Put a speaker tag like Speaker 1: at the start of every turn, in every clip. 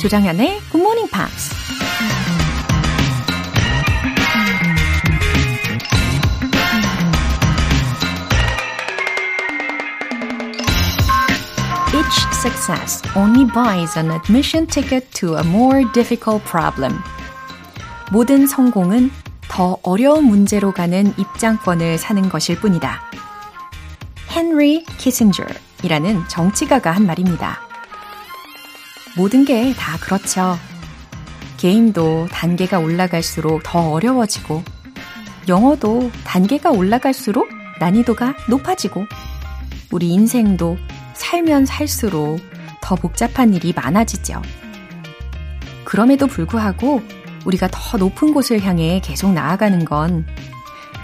Speaker 1: 조장현의 굿모닝 팝스. Each success only buys an admission ticket to a more difficult problem. 모든 성공은 더 어려운 문제로 가는 입장권을 사는 것일 뿐이다. 헨리 키신저이라는 정치가가 한 말입니다. 모든 게 다 그렇죠. 게임도 단계가 올라갈수록 더 어려워지고, 영어도 단계가 올라갈수록 난이도가 높아지고, 우리 인생도 살면 살수록 더 복잡한 일이 많아지죠. 그럼에도 불구하고 우리가 더 높은 곳을 향해 계속 나아가는 건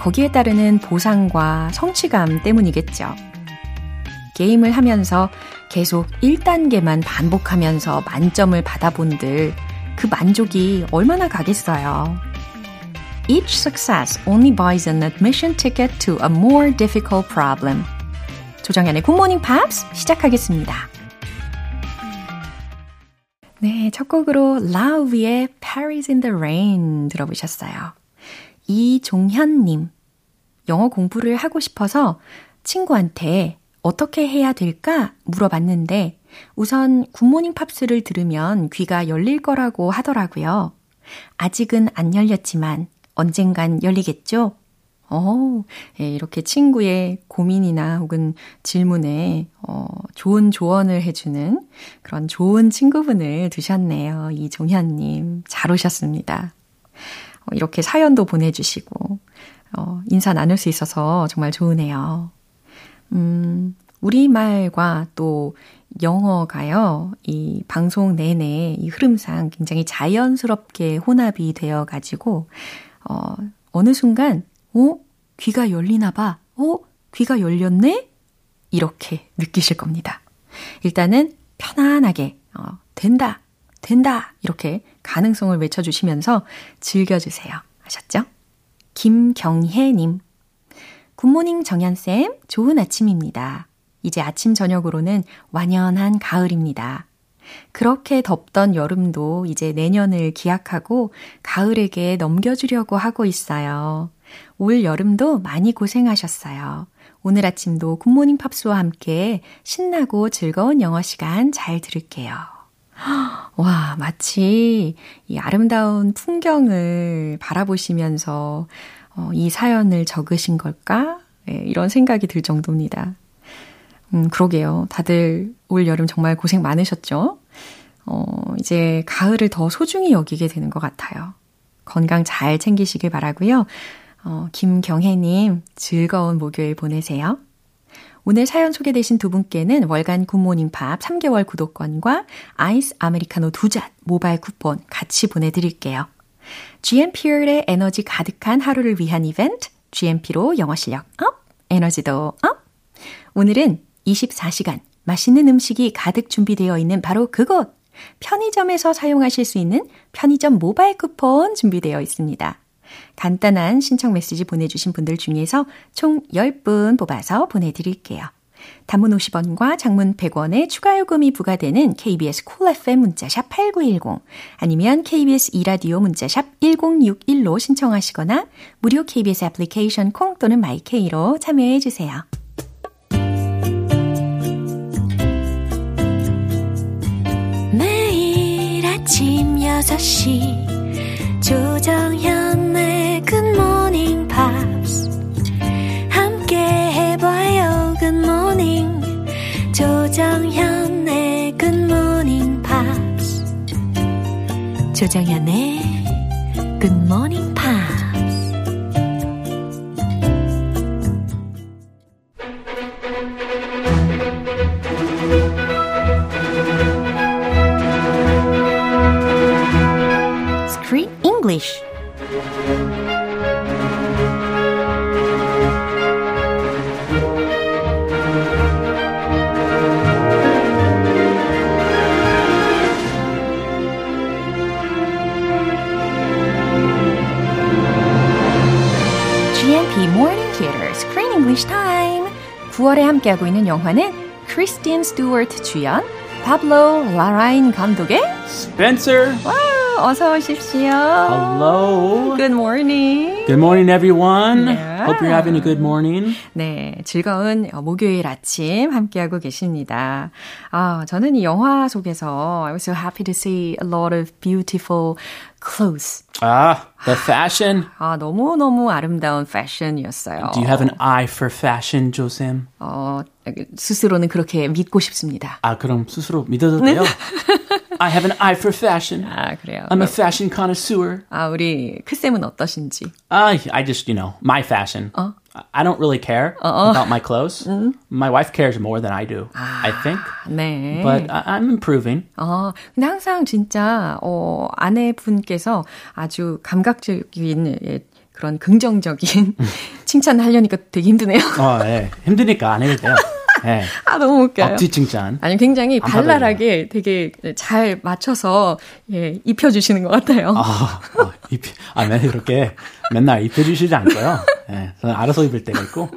Speaker 1: 거기에 따르는 보상과 성취감 때문이겠죠. 게임을 하면서 계속 1단계만 반복하면서 만점을 받아본들 그 만족이 얼마나 가겠어요. Each success only buys an admission ticket to a more difficult problem. 조정현의 굿모닝 팝스 시작하겠습니다. 네, 첫 곡으로 라우비의 Paris in the Rain 들어보셨어요. 이종현님, 영어 공부를 하고 싶어서 친구한테 어떻게 해야 될까 물어봤는데 우선 굿모닝 팝스를 들으면 귀가 열릴 거라고 하더라고요. 아직은 안 열렸지만 언젠간 열리겠죠? 어, 예, 이렇게 친구의 고민이나 혹은 질문에 어, 좋은 조언을 해주는 그런 좋은 친구분을 두셨네요. 이종현님. 잘 오셨습니다. 어, 이렇게 사연도 보내주시고, 어, 인사 나눌 수 있어서 정말 좋으네요. 음, 우리말과 또 영어가요, 이 방송 내내 이 흐름상 굉장히 자연스럽게 혼합이 되어가지고, 어, 어느 순간 어? 귀가 열리나 봐. 어? 귀가 열렸네? 이렇게 느끼실 겁니다. 일단은 편안하게, 어, 된다, 된다, 이렇게 가능성을 외쳐주시면서 즐겨주세요. 아셨죠? 김경혜님. 굿모닝 정연쌤, 좋은 아침입니다. 이제 아침 저녁으로는 완연한 가을입니다. 그렇게 덥던 여름도 이제 내년을 기약하고 가을에게 넘겨주려고 하고 있어요. 올 여름도 많이 고생하셨어요. 오늘 아침도 굿모닝 팝스와 함께 신나고 즐거운 영어 시간 잘 들을게요. 와, 마치 이 아름다운 풍경을 바라보시면서 어, 이 사연을 적으신 걸까? 네, 이런 생각이 들 정도입니다. 음, 그러게요. 다들 올 여름 정말 고생 많으셨죠? 어, 이제 가을을 더 소중히 여기게 되는 것 같아요. 건강 잘 챙기시길 바라고요. 어, 김경혜님 즐거운 목요일 보내세요. 오늘 사연 소개되신 두 분께는 월간 굿모닝팝 3개월 구독권과 아이스 아메리카노 두 잔 모바일 쿠폰 같이 보내드릴게요. GMP의 에너지 가득한 하루를 위한 이벤트 GMP로 영어 실력 업, 에너지도 업. 오늘은 24시간 맛있는 음식이 가득 준비되어 있는 바로 그곳 편의점에서 사용하실 수 있는 편의점 모바일 쿠폰 준비되어 있습니다. 간단한 신청 메시지 보내주신 분들 중에서 총 10분 뽑아서 보내드릴게요. 단문 50원과 장문 100원의 추가 요금이 부과되는 KBS 콜 cool FM 문자샵 8910 아니면 KBS 이라디오 문자샵 1061로 신청하시거나 무료 KBS 애플리케이션 콩 또는 마이케이로 참여해 주세요.
Speaker 2: 매일 아침 6시 조정현의 굿모닝 팝스 함께 해봐요 굿모닝 조정현의 굿모닝 팝스 조정현의 굿모닝 팝스
Speaker 1: Screen English GMP Morning Theater Screen English Time. 9월에 함께하고 있는 영화는 크리스틴 스튜어트 주연, 파블로 라라인 감독의
Speaker 3: Spencer.
Speaker 1: 와우, 어서 오십시오.
Speaker 3: Hello.
Speaker 1: Good morning.
Speaker 3: Good morning, everyone.
Speaker 1: Yeah.
Speaker 3: Hope you're having a good morning.
Speaker 1: 네, 즐거운 목요일 아침 함께하고 계십니다. 아, 저는 이 영화 속에서 I was so happy to see a lot of beautiful clothes.
Speaker 3: Ah, the fashion.
Speaker 1: 아, 너무너무 아름다운 패션이었어요.
Speaker 3: Do you have an eye for fashion, Josem?
Speaker 1: 어, 스스로는 그렇게 믿고 싶습니다.
Speaker 3: 아, Ah, 그럼 스스로 믿어도 돼요? I have an eye for fashion.
Speaker 1: 아, 그래요.
Speaker 3: I'm a fashion connoisseur.
Speaker 1: 아, 우리 크쌤은 어떠신지.
Speaker 3: Uh, I just, you know, my fashion.
Speaker 1: Uh.
Speaker 3: I- I don't really care
Speaker 1: Uh-uh.
Speaker 3: about my clothes.
Speaker 1: Mm-hmm.
Speaker 3: My wife cares more than I do,
Speaker 1: Ah,
Speaker 3: I think.
Speaker 1: 네.
Speaker 3: But I- I'm improving.
Speaker 1: 아, 근데 항상 진짜 어, 아내분께서 아주 감각적인 예, 그런 긍정적인
Speaker 3: 음.
Speaker 1: 칭찬을 하려니까 되게 힘드네요.
Speaker 3: 어, 예. Oh, 힘드니까 안 해도 돼요. 예.
Speaker 1: 아, 너무 웃겨요.
Speaker 3: 억지 칭찬.
Speaker 1: 아니 굉장히
Speaker 3: 받아들여요.
Speaker 1: 발랄하게 되게 잘 맞춰서 예, 입혀 주시는 것 같아요.
Speaker 3: 아, 아, 입, 아, 맨날 이렇게 맨날 입혀주시지 않고요. 예, 저는 알아서 입을 때가 있고,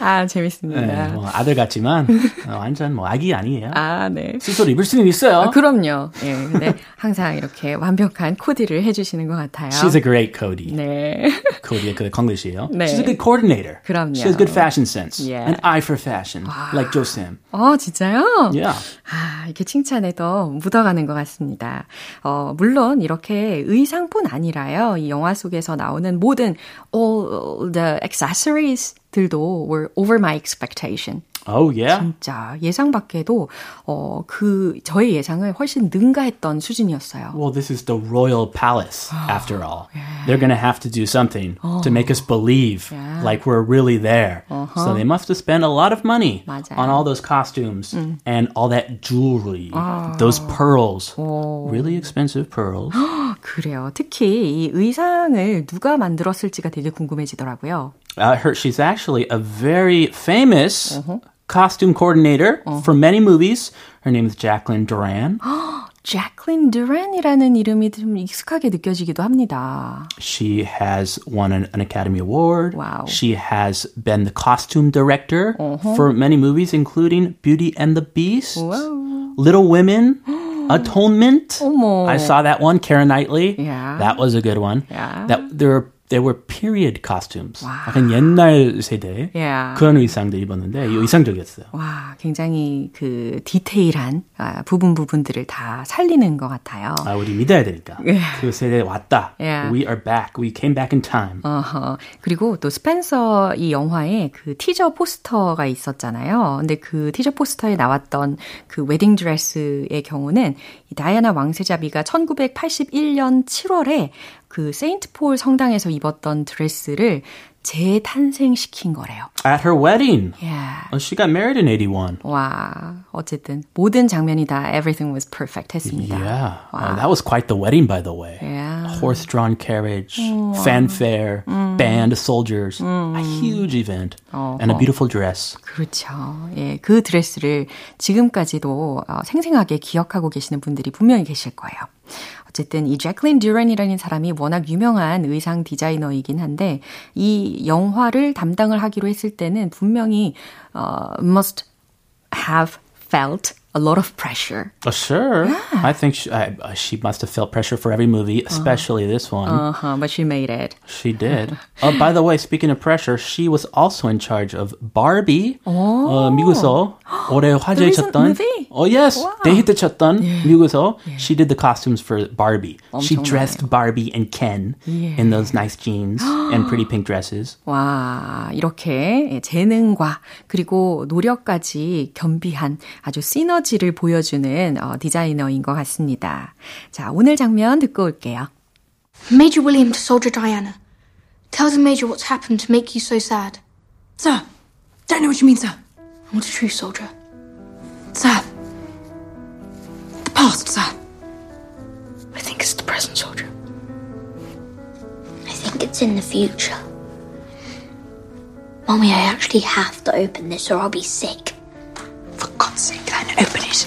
Speaker 1: 아,
Speaker 3: 예,
Speaker 1: 재밌습니다.
Speaker 3: 뭐 아들 같지만 어, 완전 뭐 아기 아니에요.
Speaker 1: 아, 네.
Speaker 3: 스스로 입을 수는 있어요.
Speaker 1: 아, 그럼요. 예. 근데 항상 이렇게 완벽한 코디를 해 주시는 것 같아요.
Speaker 3: She's a great Cody.
Speaker 1: 네.
Speaker 3: Cody 그 콩글리시예요.
Speaker 1: 네.
Speaker 3: She's a good coordinator.
Speaker 1: 그럼요.
Speaker 3: She has good fashion sense.
Speaker 1: Yeah. 아.
Speaker 3: An eye for fashion, like Jo Sim.
Speaker 1: 어, 진짜요?
Speaker 3: Yeah.
Speaker 1: 아, 이렇게 칭찬에도 묻어가는 것 같습니다. 어, 물론 이렇게 의상뿐 아니라요. 이 영화 속에서 나오는 모든 all the accessories 들도 were over my expectation.
Speaker 3: Oh yeah.
Speaker 1: 진짜 예상 밖에도 어, 그 저의 예상을 훨씬 능가했던 수준이었어요.
Speaker 3: Well, this is the royal palace after all. They're going to have to do something to make us believe
Speaker 1: Yeah.
Speaker 3: like we're really there. So they must have spent a lot of money
Speaker 1: 맞아요.
Speaker 3: on all those costumes and all that jewelry, those pearls. Really expensive pearls.
Speaker 1: 어, 그래요. 특히 이 의상을 누가 만들었을지가 되게 궁금해지더라고요.
Speaker 3: uh, her, she's actually a very famous costume coordinator for many movies. Her name is Jacqueline Duran.
Speaker 1: Jacqueline Duran이라는 이름이 좀 익숙하게 느껴지기도 합니다.
Speaker 3: She has won an, an Academy Award.
Speaker 1: Wow. Uh-huh.
Speaker 3: She has been the costume director for many movies, including Beauty and the Beast, Little Women, Atonement.
Speaker 1: 어머.
Speaker 3: I saw that one, Karen Knightley.
Speaker 1: Yeah.
Speaker 3: That was a good one.
Speaker 1: Yeah.
Speaker 3: That there were there were period costumes. 약간 옛날 세대
Speaker 1: Yeah.
Speaker 3: 그런 의상들 입었는데 이 의상적이었어요.
Speaker 1: 와, 굉장히 그 디테일한 아, 부분 부분들을 다 살리는 것 같아요.
Speaker 3: 아, 우리 믿어야 되니까. 그 세대 왔다.
Speaker 1: Yeah.
Speaker 3: We are back. We came back in time.
Speaker 1: 어허. 그리고 또 스펜서 이 영화에 그 티저 포스터가 있었잖아요. 근데 그 티저 포스터에 나왔던 그 웨딩 드레스의 경우는 이 다이애나 왕세자비가 1981년 7월에 그 세인트 폴 성당에서 입었던 드레스를 재탄생시킨 거래요.
Speaker 3: At her wedding.
Speaker 1: 예.
Speaker 3: Oh, she got married in 81.
Speaker 1: 와, 어쨌든 모든 장면이 다 everything was perfect 했습니다.
Speaker 3: Yeah. Uh, that was quite the wedding, by the way.
Speaker 1: Yeah.
Speaker 3: Horse drawn carriage, fanfare, band of soldiers, a huge event, and a beautiful dress.
Speaker 1: 그렇죠. 예, 그 드레스를 지금까지도 어, 생생하게 기억하고 계시는 분들이 분명히 계실 거예요. 어쨌든 이 잭클린 듀런이라는 사람이 워낙 유명한 의상 디자이너이긴 한데 이 영화를 담당을 하기로 했을 때는 분명히 어, must have felt a lot of pressure.
Speaker 3: Uh, sure. I think she, I, uh, she must have felt pressure for every movie, especially this one.
Speaker 1: Uh-huh, but she made it.
Speaker 3: She did. uh, by the way, speaking of pressure, she was also in charge of Barbie. 어, 미국에서 올해
Speaker 1: Oh.
Speaker 3: 화제에
Speaker 1: recent
Speaker 3: 쳤던.
Speaker 1: movie?
Speaker 3: Oh yes, 데이트 쳤던 미국에서 she did the costumes for Barbie. She dressed Barbie and Ken in those nice jeans and pretty pink dresses.
Speaker 1: 와, 이렇게 재능과 그리고 노력까지 겸비한 아주 시너지를 보여주는 어, 디자이너인 것 같습니다. 자, 오늘 장면 듣고 올게요.
Speaker 4: Major William to Soldier Diana. Tell the Major what's happened to make you so sad.
Speaker 5: Sir, don't know what you mean, sir.
Speaker 4: I want a true soldier.
Speaker 5: Sir. The past, sir.
Speaker 4: I think it's the present soldier.
Speaker 6: I think it's in the future. Mommy, I actually have to open this or I'll be sick.
Speaker 5: For God's sake, then open it.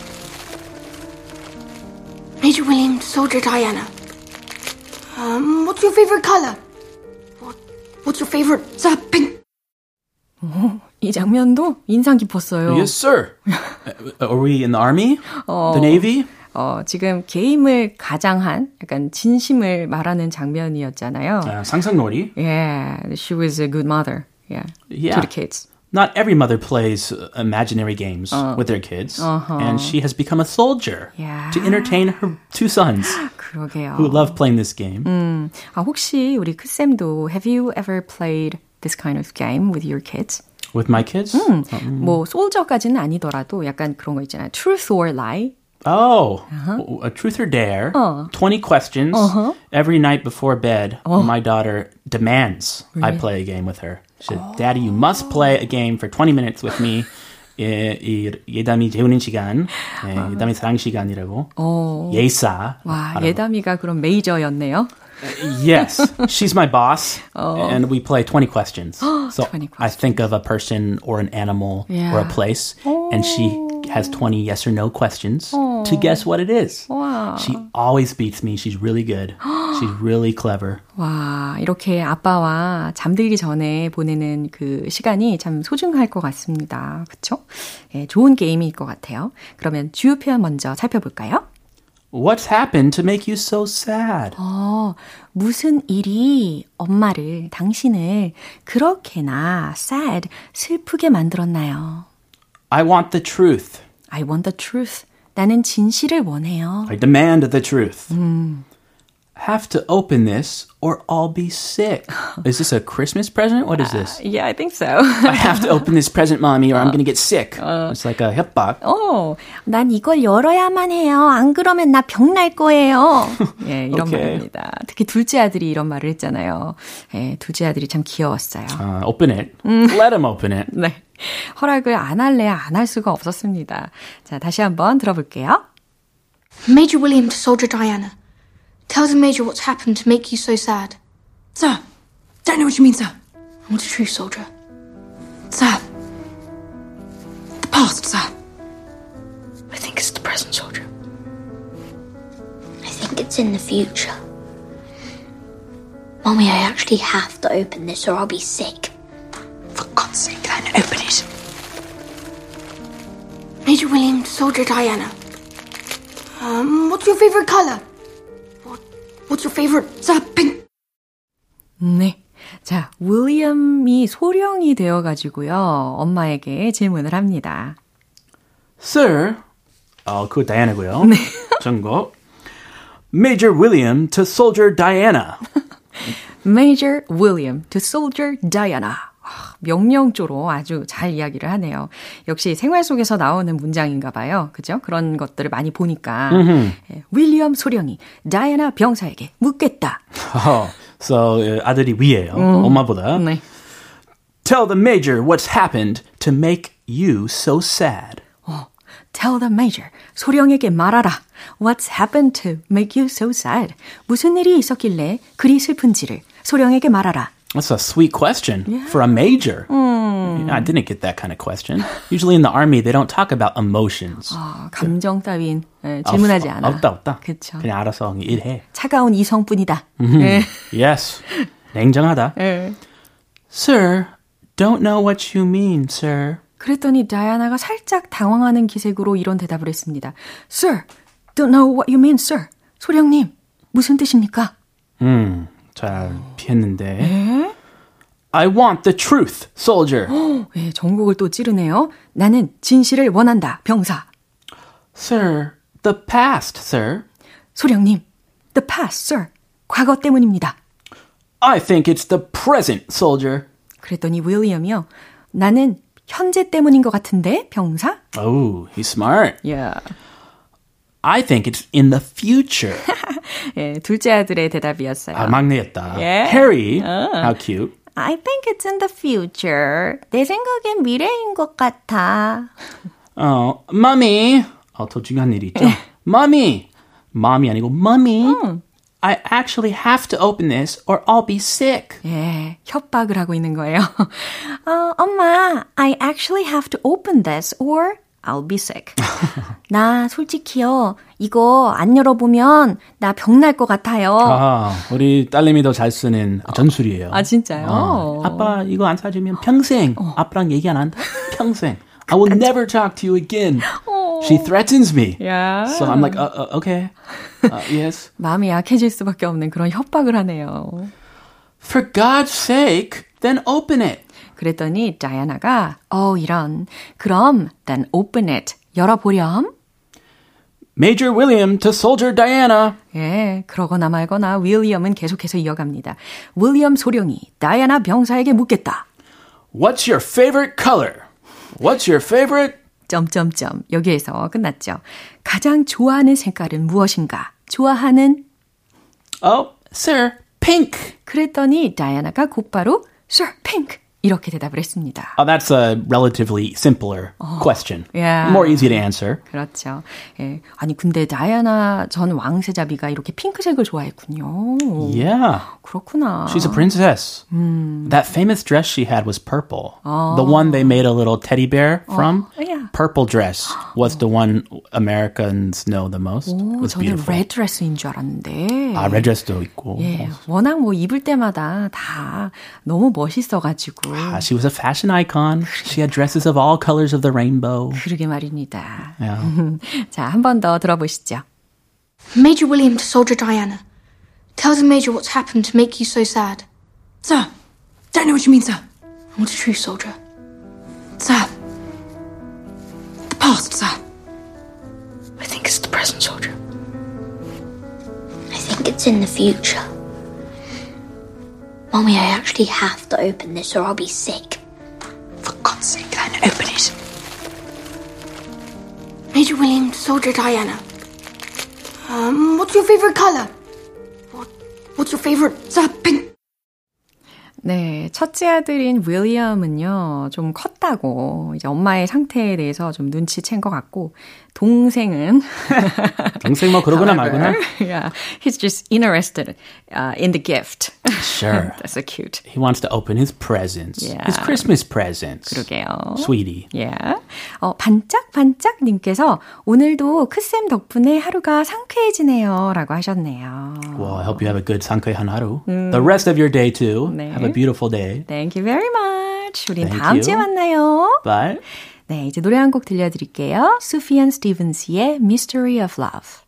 Speaker 4: Major William to Soldier Diana. Um, what's your favorite color? What, what's your favorite?
Speaker 5: Sir, pink.
Speaker 1: 이 장면도 인상 깊었어요.
Speaker 3: Yes, sir. Uh, Are we in the army?
Speaker 1: Oh.
Speaker 3: The navy?
Speaker 1: 어, 지금 게임을 가장한 약간 진심을 말하는 장면이었잖아요.
Speaker 3: Uh, 상상놀이.
Speaker 1: Yeah, she was a good mother. Yeah.
Speaker 3: Yeah.
Speaker 1: To the kids.
Speaker 3: Not every mother plays uh, imaginary games with their kids, and she has become a soldier
Speaker 1: Uh. Uh-huh. Yeah.
Speaker 3: to entertain her two sons
Speaker 1: 그러게요.
Speaker 3: who love playing this game.
Speaker 1: 아, 혹시 우리 크쌤도 have you ever played this kind of game with your kids?
Speaker 3: With my kids?
Speaker 1: 뭐 솔저까지는 아니더라도 약간 그런 거 있잖아요. Truth or lie?
Speaker 3: Oh, w- a truth or dare. 20 questions every night before bed. My daughter demands I play a game with her. She said, Daddy, you must play a game for 20 minutes with me. 예, 이 예담이 재우는 시간, 예, 예담이 사랑 시간이라고. 예사.
Speaker 1: 와, 예담이가 그럼 메이저였네요.
Speaker 3: Yes, she's my boss, and we play 20 questions. so
Speaker 1: 20
Speaker 3: I think of a person or an animal or
Speaker 1: Yeah.
Speaker 3: a place, and she has 20 yes or no questions to guess what it is. She always beats me. She's really good. She's really clever.
Speaker 1: 와, 이렇게 아빠와 잠들기 전에 보내는 그 시간이 참 소중할 것 같습니다. 그쵸? 예, 좋은 게임일 것 같아요. 그러면 주요 표현 먼저 살펴볼까요?
Speaker 3: What's happened to make you so sad?
Speaker 1: 어, 무슨 일이 엄마를, 당신을 그렇게나 sad, 슬프게 만들었나요?
Speaker 3: I want the truth.
Speaker 1: I want the truth. 나는 진실을 원해요.
Speaker 3: I demand the truth. Have to open this or I'll be sick. Is this a Christmas present? What is this?
Speaker 1: Yeah, I think so.
Speaker 3: I have to open this present, mommy,
Speaker 1: Uh,
Speaker 3: or I'm going to get sick. it's like a 협박.
Speaker 1: 어, 난 이걸 열어야만 해요. 안 그러면 나 병 날 거예요. 예, 이런
Speaker 3: 오케이.
Speaker 1: 말입니다. 특히 둘째 아들이 이런 말을 했잖아요. 예, 둘째 아들이 참 귀여웠어요.
Speaker 3: Uh, open it.
Speaker 1: Mm.
Speaker 3: Let him open it.
Speaker 1: 네. 허락을 안 할래야 안 할 수가 없었습니다. 자, 다시 한번 들어볼게요.
Speaker 4: Major William to Soldier Diana. Tell the Major what's happened to make you so sad.
Speaker 5: Sir, don't know what you mean, sir.
Speaker 4: I want a true soldier.
Speaker 5: Sir, the past, sir.
Speaker 4: I think it's the present soldier.
Speaker 6: I think it's in the future. Mommy, I actually have to open this or I'll be sick.
Speaker 5: For God's sake, then open it.
Speaker 4: Major William to Soldier Diana. Um, what's your favorite color? What, what's your favorite? Sir, pink.
Speaker 1: 네. 자, 윌리엄이 소령이 되어가지고요. 엄마에게 질문을 합니다.
Speaker 3: Sir. Oh, 어, 그거 다이아나고요. 전거. Major William to Soldier Diana.
Speaker 1: Major William to Soldier Diana. 아, 명령조로 아주 잘 이야기를 하네요. 역시 생활 속에서 나오는 문장인가 봐요. 그죠? 그런 것들을 많이 보니까. 예, 윌리엄 소령이 다이애나 병사에게 묻겠다.
Speaker 3: Oh, so uh, 아들이 위에요. 엄마보다.
Speaker 1: Mm-hmm. 네.
Speaker 3: Tell the major what's happened to make you so sad.
Speaker 1: Tell the major. 소령에게 말하라. What's happened to make you so sad? 무슨 일이 있었길래 그리 슬픈지를 소령에게 말하라.
Speaker 3: That's a sweet question for a major.
Speaker 1: Mm.
Speaker 3: I didn't get that kind of question. Usually in the army, they don't talk about emotions.
Speaker 1: 아, 감정 따윈 예, 질문하지
Speaker 3: 없-
Speaker 1: 않아.
Speaker 3: 없다 없다.
Speaker 1: 그쵸.
Speaker 3: 그냥 알아서 일해.
Speaker 1: 차가운 이성뿐이다. 예.
Speaker 3: Yes. 냉정하다.
Speaker 1: 예.
Speaker 3: Sir, don't know what you mean, sir.
Speaker 1: 그랬더니 다이아나가 살짝 당황하는 기색으로 이런 대답을 했습니다. Sir, don't know what you mean, sir. 소령님, 무슨 뜻입니까?
Speaker 3: 잘 피했는데. I want the truth, soldier.
Speaker 1: 예, 전국을 또 찌르네요. 나는 진실을 원한다, 병사.
Speaker 3: sir, the past, sir.
Speaker 1: 소령님, the past, sir. 과거 때문입니다.
Speaker 3: I think it's the present, soldier.
Speaker 1: 그랬더니 윌리엄이요. 나는 현재 때문인 것 같은데, 병사?
Speaker 3: Oh, he's smart.
Speaker 1: 야.
Speaker 3: I think it's in the future.
Speaker 1: 예, 둘째 아들의 대답이었어요.
Speaker 3: 아, 막내였다.
Speaker 1: Yeah.
Speaker 3: Harry, how cute.
Speaker 1: I think it's in the future. 내 생각엔 미래인 것 같아.
Speaker 3: 어, mommy. 어, 더 중요한 일이 있죠. mommy. mommy 아니고 mommy. I actually have to open this or I'll be sick.
Speaker 1: 예, 협박을 하고 있는 거예요. 어, 엄마, I actually have to open this or I'll be sick. 나 솔직히요, 이거 안 열어보면 나 병날 것 같아요.
Speaker 3: 아, 우리 딸님이 더 잘 쓰는 전술이에요.
Speaker 1: 아, 진짜요?
Speaker 3: 어. 아빠 이거 안 사주면 평생 아빠랑 얘기 안 한다. 평생. I will never talk to you again. She threatens me.
Speaker 1: 야.
Speaker 3: So I'm like, uh, uh, okay, uh, yes.
Speaker 1: 마음이 약해질 수밖에 없는 그런 협박을 하네요.
Speaker 3: For God's sake, then open it.
Speaker 1: 그랬더니 다이아나가 어 이런 그럼 then open it 열어보렴.
Speaker 3: Major William to Soldier Diana.
Speaker 1: 예, 그러거나 말거나 윌리엄은 계속해서 이어갑니다. 윌리엄 소령이 다이아나 병사에게 묻겠다.
Speaker 3: What's your favorite color? What's your favorite?
Speaker 1: 점점점 여기에서 끝났죠. 가장 좋아하는 색깔은 무엇인가? 좋아하는
Speaker 3: Oh, sir, pink.
Speaker 1: 그랬더니 다이아나가 곧바로 sure pink 이렇게 대답을 했습니다.
Speaker 3: Oh, that's a relatively simpler question.
Speaker 1: yeah.
Speaker 3: More easy to answer.
Speaker 1: 그렇죠. 예. 아니 근데 다이아나 전 왕세자비가 이렇게 핑크색을 좋아했군요.
Speaker 3: Yeah.
Speaker 1: 그렇구나.
Speaker 3: She's a princess. That famous dress she had was purple. The one they made a little teddy bear from.
Speaker 1: yeah.
Speaker 3: Purple dress was the one Americans know Oh. the most. it
Speaker 1: 오,
Speaker 3: was
Speaker 1: 어, 저는
Speaker 3: beautiful.
Speaker 1: 레드 드레스인 줄 알았는데.
Speaker 3: 아, red dress도 있고.
Speaker 1: 예, 워낙 뭐 입을 때마다 다 너무 멋있어가지고.
Speaker 3: Ah, she was a fashion icon. She had dresses of all colors of the rainbow.
Speaker 1: 그러게 말입니다.
Speaker 3: Yeah.
Speaker 1: 자, 한 번 더 들어보시죠.
Speaker 4: Major William to Soldier Diana. Tell the Major what's happened to make you so sad.
Speaker 5: Sir, don't know what you mean, sir.
Speaker 4: I want a true soldier.
Speaker 5: Sir, the past, sir.
Speaker 4: I think it's the present soldier.
Speaker 6: I think it's in the future. Mommy, I actually have to open this or I'll be sick.
Speaker 5: For God's sake, then open it.
Speaker 4: Major William to Soldier Diana. Um, what's your favorite color? What, what's your favorite? Sir, pink.
Speaker 1: 네, 첫째 아들인 윌리엄은요, 좀 컸다고, 이제 엄마의 상태에 대해서 좀 눈치챈 것 같고, 동생은,
Speaker 3: 동생 뭐 그러거나 말거나.
Speaker 1: yeah, he's just interested uh, in the gift.
Speaker 3: Sure.
Speaker 1: That's so cute.
Speaker 3: He wants to open his presents.
Speaker 1: Yeah.
Speaker 3: His Christmas presents.
Speaker 1: 그러게요.
Speaker 3: Sweetie.
Speaker 1: 예. 어, 반짝반짝님께서 오늘도 크쌤 덕분에 하루가 상쾌해지네요. 라고 하셨네요.
Speaker 3: Well, I hope you have a good 상쾌한 하루. The rest of your day too.
Speaker 1: 네.
Speaker 3: Have a beautiful day.
Speaker 1: Thank you very much. 우린
Speaker 3: Thank
Speaker 1: 다음
Speaker 3: you.
Speaker 1: 주에 만나요.
Speaker 3: Bye.
Speaker 1: 네, 이제 노래 한 곡 들려드릴게요. 수피안 스티븐스의 Mystery of Love.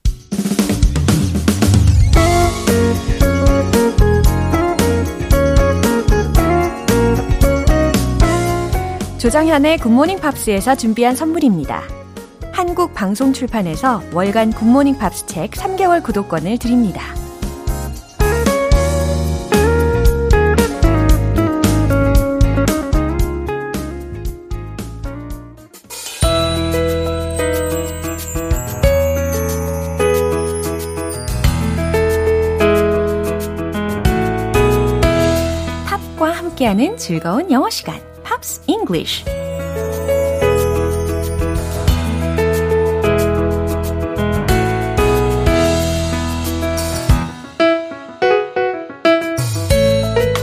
Speaker 1: 조장현의 굿모닝 팝스에서 준비한 선물입니다. 한국 방송 출판에서 월간 굿모닝 팝스 책 3개월 구독권을 드립니다. 팝과 함께하는 즐거운 영어 시간, 팝스 잉글리쉬.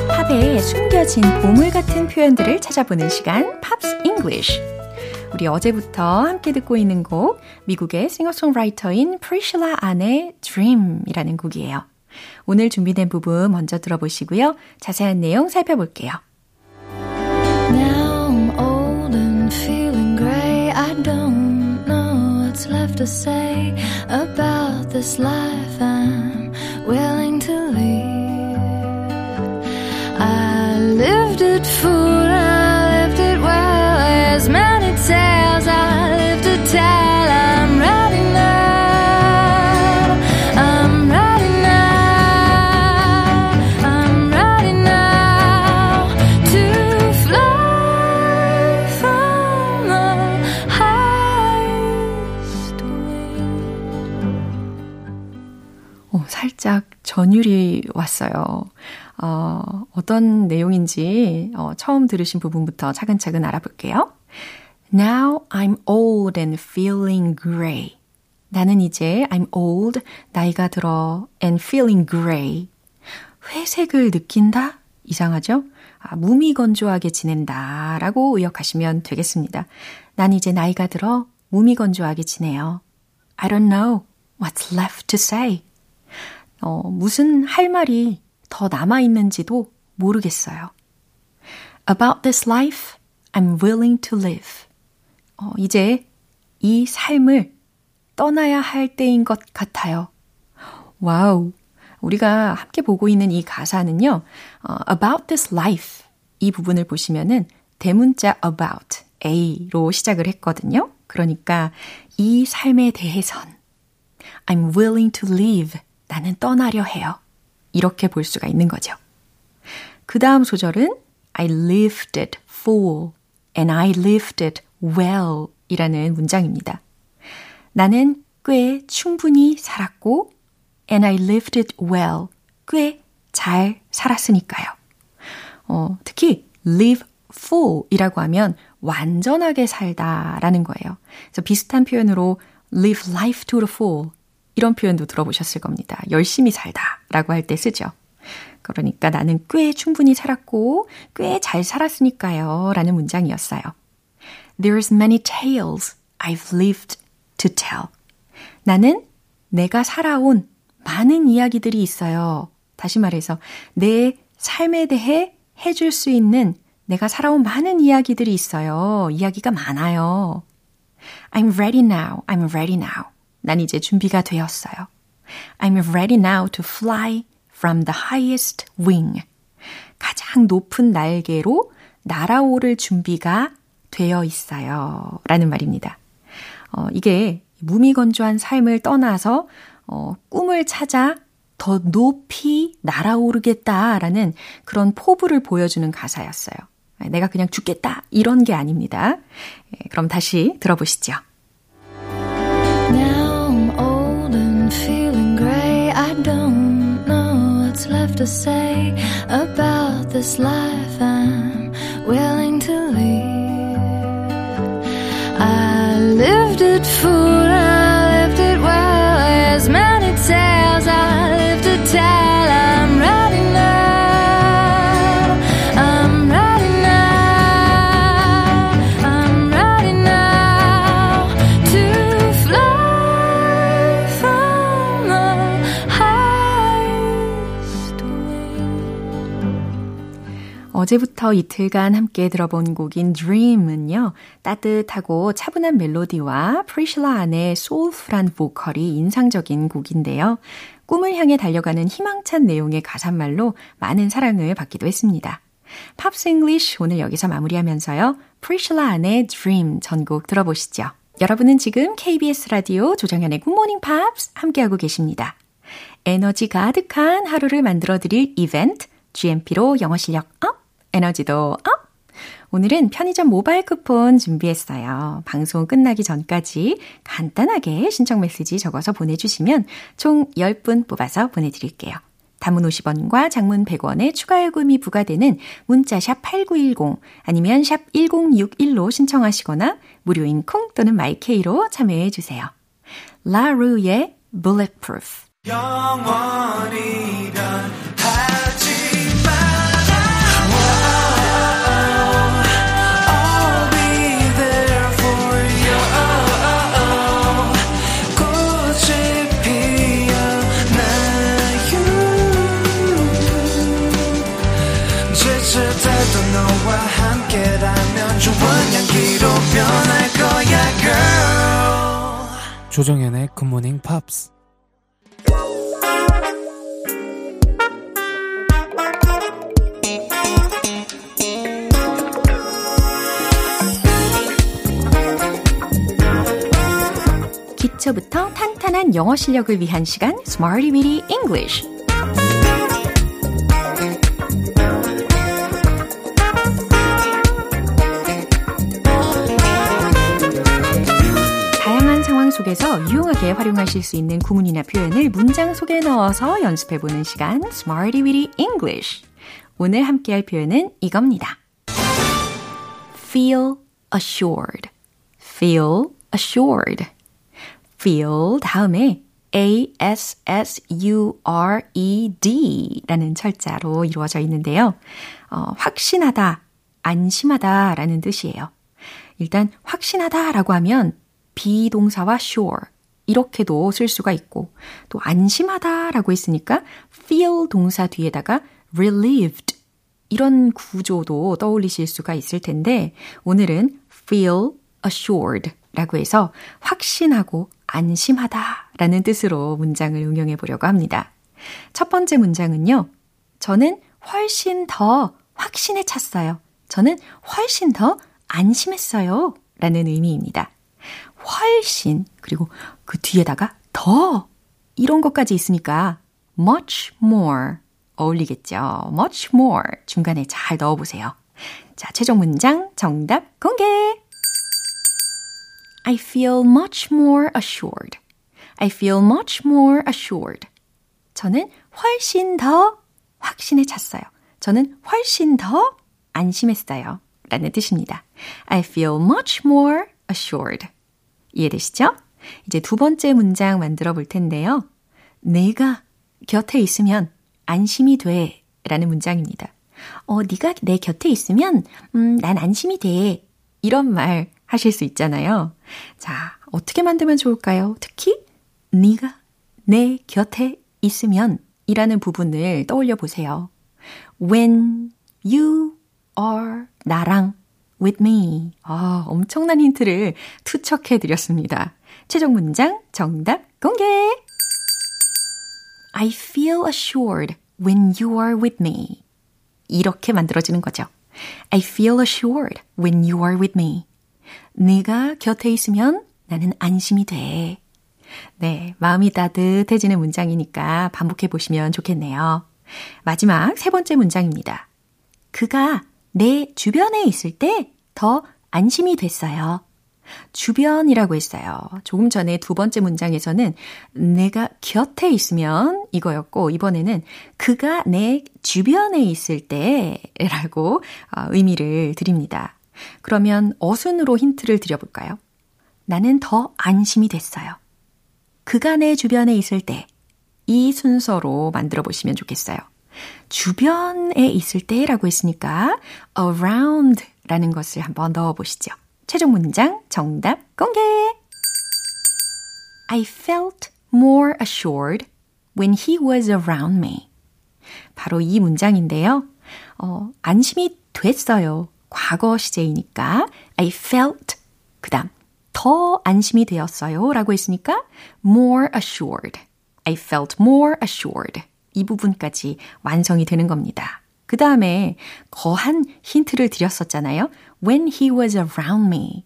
Speaker 1: 팝에 숨겨진 보물 같은 표현들을 찾아보는 시간, 팝스 잉글리쉬. 우리 어제부터 함께 듣고 있는 곡 미국의 싱어송라이터인 프리실라 안의 Dream이라는 곡이에요. 오늘 준비된 부분 먼저 들어보시고요. 자세한 내용 살펴볼게요.
Speaker 2: Now I'm old and feeling grey. I don't know what's left to say about this life I'm willing to leave. I lived it full, I lived it well. As many tales I lived to tell. I'm ready now. I'm ready now. I'm ready now to fly from the highest wings.
Speaker 1: 어, 살짝 전율이 왔어요. 어, 어떤 내용인지 어, 처음 들으신 부분부터 차근차근 알아볼게요. Now I'm old and feeling grey. 나는 이제 I'm old, 나이가 들어 and feeling grey. 회색을 느낀다? 이상하죠? 아, 무미건조하게 지낸다. 라고 의역하시면 되겠습니다. 난 이제 나이가 들어 무미건조하게 지내요. I don't know. what's left to say. 어, 무슨 할 말이 더 남아 있는지도 모르겠어요. About this life, I'm willing to live. 어, 이제 이 삶을 떠나야 할 때인 것 같아요. 와우. 우리가 함께 보고 있는 이 가사는요. 어, about this life 이 부분을 보시면은 대문자 about a로 시작을 했거든요. 그러니까 이 삶에 대해선 I'm willing to leave. 나는 떠나려 해요. 이렇게 볼 수가 있는 거죠. 그 다음 소절은 I lived it full and I lived it well 이라는 문장입니다. 나는 꽤 충분히 살았고 and I lived it well. 꽤 잘 살았으니까요. 어, 특히 live full 이라고 하면 완전하게 살다 라는 거예요. 그래서 비슷한 표현으로 live life to the full 이런 표현도 들어보셨을 겁니다. 열심히 살다 라고 할 때 쓰죠. 그러니까 나는 꽤 충분히 살았고 꽤 잘 살았으니까요 라는 문장이었어요. There's many tales I've lived to tell. 나는 내가 살아온 많은 이야기들이 있어요. 다시 말해서 내 삶에 대해 해줄 수 있는 내가 살아온 많은 이야기들이 있어요. 이야기가 많아요. I'm ready now. I'm ready now. 난 이제 준비가 되었어요. I'm ready now to fly from the highest wing. 가장 높은 날개로 날아오를 준비가 되어 있어요. 라는 말입니다. 어, 이게 무미건조한 삶을 떠나서 어, 꿈을 찾아 더 높이 날아오르겠다라는 그런 포부를 보여주는 가사였어요. 내가 그냥 죽겠다 이런 게 아닙니다. 예, 그럼 다시 들어보시죠.
Speaker 2: Now I'm old and feeling grey. I don't know what's left to say about this life. I'm willing to leave. I lived it full, I lived it well. There's many tales I lived to tell. I'm ready now. I'm ready now. I'm ready now to fly from the highest wing.
Speaker 1: 어제부터 이틀간 함께 들어본 곡인 Dream은요, 따뜻하고 차분한 멜로디와 프리실라 안의 소울풀한 보컬이 인상적인 곡인데요. 꿈을 향해 달려가는 희망찬 내용의 가사말로 많은 사랑을 받기도 했습니다. 팝스 잉글리쉬 오늘 여기서 마무리하면서요. 프리실라 안의 Dream 전곡 들어보시죠. 여러분은 지금 KBS 라디오 조정현의 굿모닝 팝스 함께하고 계십니다. 에너지 가득한 하루를 만들어 드릴 이벤트 GMP로 영어 실력 업, 에너지도 업. 오늘은 편의점 모바일 쿠폰 준비했어요. 방송 끝나기 전까지 간단하게 신청 메시지 적어서 보내주시면 총 10분 뽑아서 보내드릴게요. 단문 50원과 장문 100원의 추가 요금이 부과되는 문자 샵 8910 아니면 샵 1061로 신청하시거나 무료인 콩 또는 마이케이로 참여해 주세요. 라루의 Bulletproof
Speaker 7: 영원이란 하지만 I'll be there for you 꽃이 피어나요 지칠 때도 너와 함께라면 좋은 향기로 변할 거야 girl 조정연의 굿모닝 팝스
Speaker 1: 기초부터 탄탄한 영어 실력을 위한 시간 Smarty Bitty English 다양한 상황 속에서 유용하게 활용하실 수 있는 구문이나 표현을 문장 속에 넣어서 연습해보는 시간 Smarty Bitty English 오늘 함께할 표현은 이겁니다 Feel assured Feel assured feel 다음에 ASSURED 라는 E 철자로 이루어져 있는데요. 어, 확신하다, 안심하다 라는 뜻이에요. 일단, 확신하다 라고 하면 비동사와 sure, 이렇게도 쓸 수가 있고 또 안심하다라고 했으니까 feel 동사 뒤에다가 relieved 이런 구조도 떠올리실 수가 있을 텐데 오늘은 feel assured 라고 해서 확신하고 안심하다 라는 뜻으로 문장을 응용해 보려고 합니다. 첫 번째 문장은요. 저는 훨씬 더 확신에 찼어요. 저는 훨씬 더 안심했어요. 라는 의미입니다. 훨씬, 그리고 그 뒤에다가 더 이런 것까지 있으니까 much more 어울리겠죠. much more 중간에 잘 넣어보세요. 자, 최종 문장 정답 공개! I feel much more assured. I feel much more assured. 저는 훨씬 더 확신에 찼어요. 저는 훨씬 더 안심했어요. 라는 뜻입니다. I feel much more assured. 이해되시죠? 이제 두 번째 문장 만들어 볼 텐데요. 내가 곁에 있으면 안심이 돼. 라는 문장입니다. 어, 네가 내 곁에 있으면 음, 난 안심이 돼. 이런 말 하실 수 있잖아요. 자, 어떻게 만들면 좋을까요? 특히 네가 내 곁에 있으면 이라는 부분을 떠올려 보세요. When you are 나랑 with me. 아, 엄청난 힌트를 투척해 드렸습니다. 최종 문장 정답 공개. I feel assured when you are with me. 이렇게 만들어지는 거죠. I feel assured when you are with me. 네가 곁에 있으면 나는 안심이 돼. 네, 마음이 따뜻해지는 문장이니까 반복해 보시면 좋겠네요. 마지막 세 번째 문장입니다. 그가 내 주변에 있을 때 더 안심이 됐어요. 주변이라고 했어요. 조금 전에 두 번째 문장에서는 내가 곁에 있으면 이거였고, 이번에는 그가 내 주변에 있을 때 라고 어, 의미를 드립니다. 그러면 어순으로 힌트를 드려볼까요? 나는 더 안심이 됐어요. 그가 내 주변에 있을 때 이 순서로 만들어 보시면 좋겠어요. 주변에 있을 때라고 했으니까 around 라는 것을 한번 넣어 보시죠. 최종 문장 정답 공개! I felt more assured when he was around me. 바로 이 문장인데요. 어, 안심이 됐어요. 과거 시제이니까 I felt 그 다음 더 안심이 되었어요 라고 했으니까 more assured I felt more assured 이 부분까지 완성이 되는 겁니다. 그 다음에 거한 힌트를 드렸었잖아요. When he was around me.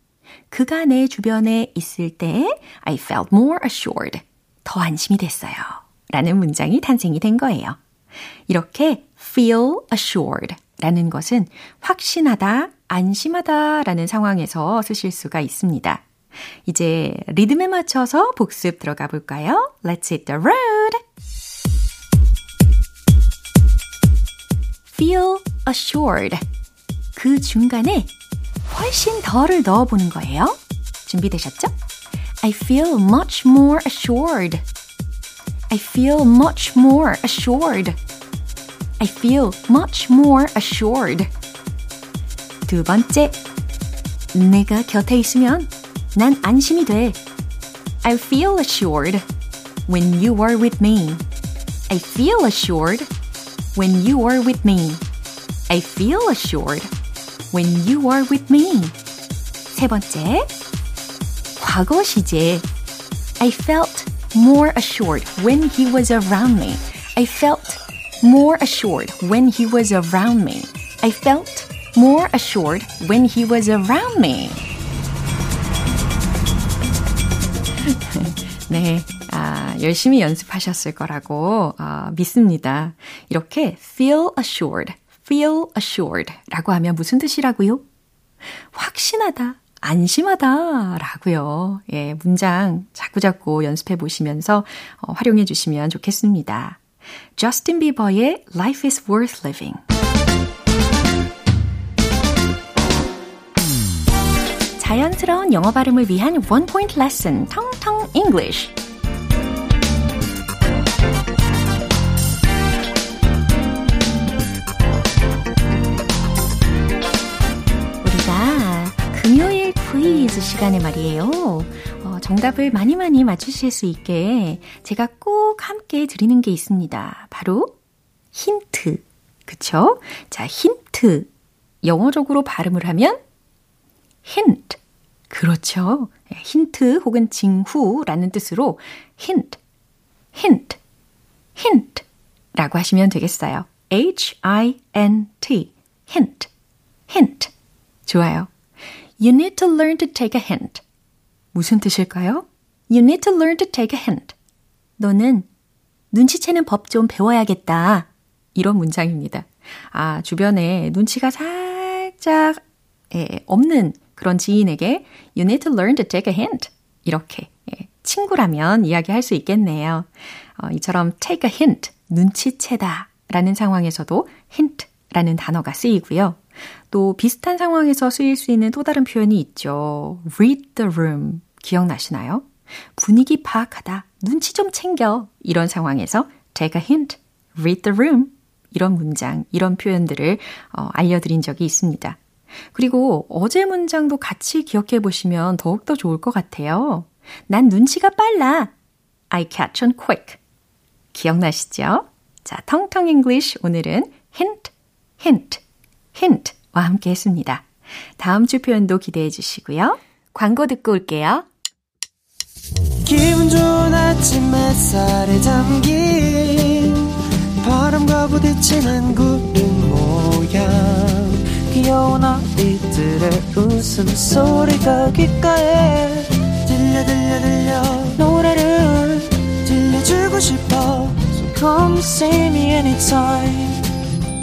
Speaker 1: 그가 내 주변에 있을 때 I felt more assured. 더 안심이 됐어요. 라는 문장이 탄생이 된 거예요. 이렇게 feel assured 라는 것은 확신하다, 안심하다 라는 상황에서 쓰실 수가 있습니다. 이제 리듬에 맞춰서 복습 들어가 볼까요? Let's hit the road! feel assured. 그 중간에 훨씬 더를 넣어보는 거예요. 준비되셨죠? I feel much more assured. I feel much more assured. I feel much more assured. 두 번째, 내가 곁에 있으면 난 안심이 돼. I feel assured when you are with me. I feel assured when you are with me. I feel assured when you are with me. 세 번째, 과거 시제. I felt more assured when he was around me. I felt more assured when he was around me. I felt more assured when he was around me. 네. 아, 열심히 연습하셨을 거라고 아, 믿습니다. 이렇게 feel assured, feel assured 라고 하면 무슨 뜻이라고요? 확신하다, 안심하다 라고요. 예, 문장 자꾸자꾸 연습해 보시면서 어, 활용해 주시면 좋겠습니다. 저스틴 비버의 Life is Worth Living. 자연스러운 영어 발음을 위한 원 포인트 레슨 텅텅 English. 우리가 금요일 퀴즈 시간에 말이에요. 정답을 많이 많이 맞추실 수 있게 제가 꼭 함께 드리는 게 있습니다. 바로 힌트. 그쵸? 자, 힌트. 영어적으로 발음을 하면 hint. 그렇죠. 힌트 혹은 징후라는 뜻으로 hint, hint, hint 라고 하시면 되겠어요. H-I-N-T, hint, hint. 좋아요. You need to learn to take a hint. 무슨 뜻일까요? You need to learn to take a hint. 너는 눈치채는 법 좀 배워야겠다. 이런 문장입니다. 아, 주변에 눈치가 살짝 예, 없는 그런 지인에게 you need to learn to take a hint. 이렇게 예, 친구라면 이야기할 수 있겠네요. 어, 이처럼 take a hint, 눈치채다 라는 상황에서도 hint라는 단어가 쓰이고요. 또 비슷한 상황에서 쓰일 수 있는 또 다른 표현이 있죠. read the room. 기억나시나요? 분위기 파악하다, 눈치 좀 챙겨. 이런 상황에서 take a hint, read the room. 이런 문장, 이런 표현들을 어, 알려드린 적이 있습니다. 그리고 어제 문장도 같이 기억해 보시면 더욱더 좋을 것 같아요. 난 눈치가 빨라. I catch on quick. 기억나시죠? 자, 텅텅 English 오늘은 hint, hint, hint와 함께 했습니다. 다음 주 표현도 기대해 주시고요. 광고 듣고 올게요.
Speaker 8: 귀여운 아이들의 웃음소리가 귓가에 들려 들려 들려 노래를 들려주고 싶어 So come see me anytime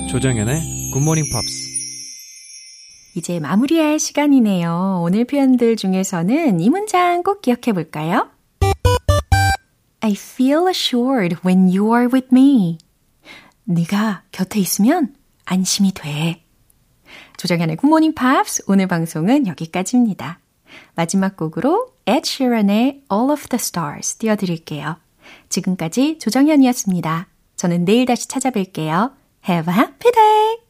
Speaker 7: 조정연의 굿모닝 팝스
Speaker 1: 이제 마무리할 시간이네요. 오늘 표현들 중에서는 이 문장 꼭 기억해 볼까요? I feel assured when you are with me. 네가 곁에 있으면 안심이 돼. 조정현의 굿모닝 팝스 오늘 방송은 여기까지입니다. 마지막 곡으로 Ed Sheeran의 All of the Stars 띄워드릴게요. 지금까지 조정현이었습니다. 저는 내일 다시 찾아뵐게요. Have a happy day!